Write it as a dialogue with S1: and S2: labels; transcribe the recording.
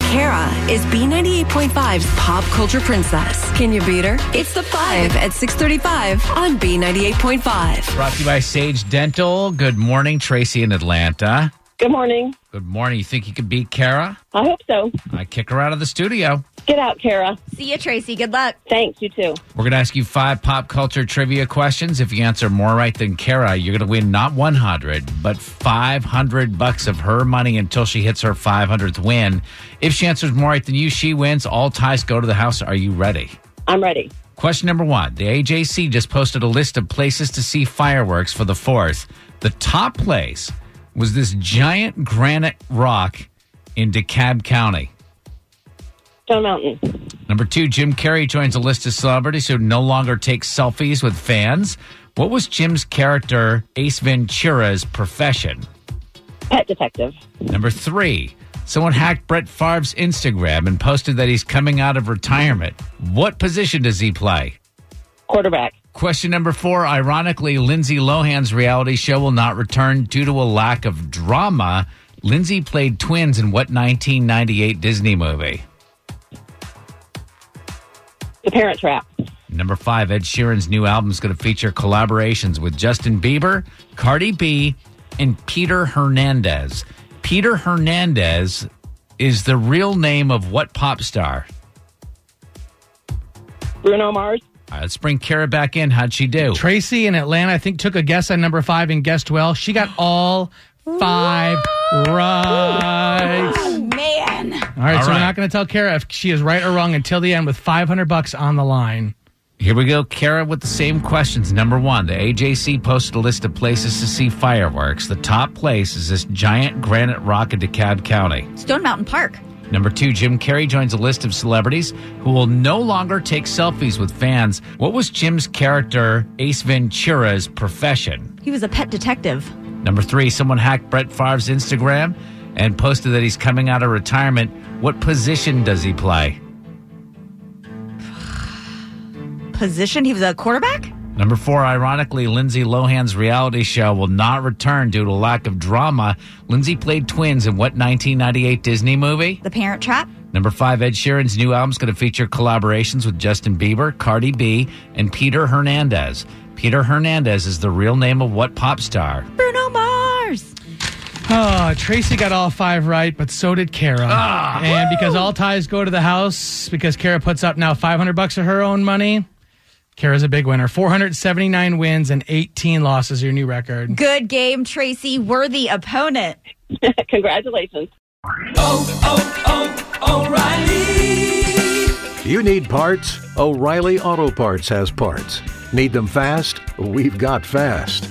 S1: Kara is B98.5's pop culture princess. Can you beat her? It's the 5 at 635 on B98.5.
S2: Brought to you by Sage Dental. Good morning, Tracy in Atlanta.
S3: Good morning.
S2: Good morning. You think you could beat Kara?
S3: I hope so.
S2: I kick her out of the studio.
S3: Get out, Kara.
S4: See you, Tracy. Good luck.
S3: Thanks, you too.
S2: We're going to ask you five pop culture trivia questions. If you answer more right than Kara, you're going to win not 100, but 500 bucks of her money until she hits her 500th win. If she answers more right than you, she wins. All ties go to the house. Are you ready?
S3: I'm ready.
S2: Question number one The AJC just posted a list of places to see fireworks for the 4th. The top place was this giant granite rock in DeKalb County.
S3: Stone Mountain.
S2: Number two, Jim Carrey joins a list of celebrities who no longer take selfies with fans. What was Jim's character, Ace Ventura's profession?
S3: Pet detective.
S2: Number three, someone hacked Brett Favre's Instagram and posted that he's coming out of retirement. What position does he play?
S3: Quarterback.
S2: Question number four. Ironically, Lindsay Lohan's reality show will not return due to a lack of drama. Lindsay played twins in what 1998 Disney movie?
S3: The Parent Trap.
S2: Number five. Ed Sheeran's new album is going to feature collaborations with Justin Bieber, Cardi B, and Peter Hernandez. Peter Hernandez is the real name of what pop star?
S3: Bruno Mars.
S2: All right, let's bring Kara back in. How'd she do?
S5: Tracy in Atlanta, I think, took a guess on number five and guessed well. She got all five right.
S4: Man.
S5: All right,
S2: All
S5: so
S2: right.
S5: we're not going to tell Kara if she is right or wrong until the end with 500 bucks on the line.
S2: Here we go, Kara, with the same questions. Number one, the AJC posted a list of places to see fireworks. The top place is this giant granite rock in DeKalb County.
S4: Stone Mountain Park.
S2: Number two, Jim Carrey joins a list of celebrities who will no longer take selfies with fans. What was Jim's character, Ace Ventura's profession?
S4: He was a pet detective.
S2: Number three, someone hacked Brett Favre's Instagram and posted that he's coming out of retirement. What position does he play?
S4: Position. He was a quarterback.
S2: Number four, ironically, Lindsay Lohan's reality show will not return due to lack of drama. Lindsay played twins in what 1998 Disney movie?
S4: The Parent Trap.
S2: Number five, Ed Sheeran's new album is going to feature collaborations with Justin Bieber, Cardi B, and Peter Hernandez. Peter Hernandez is the real name of what pop star?
S4: Bruno Mars.
S5: Oh, Tracy got all five right, but so did Kara. and because all ties go to the house, because Kara puts up now 500 bucks of her own money, Kara's a big winner. 479 wins and 18 losses, your new record.
S4: Good game, Tracy. Worthy opponent.
S3: Congratulations.
S6: You need parts? O'Reilly Auto Parts has parts. Need them fast? We've got fast.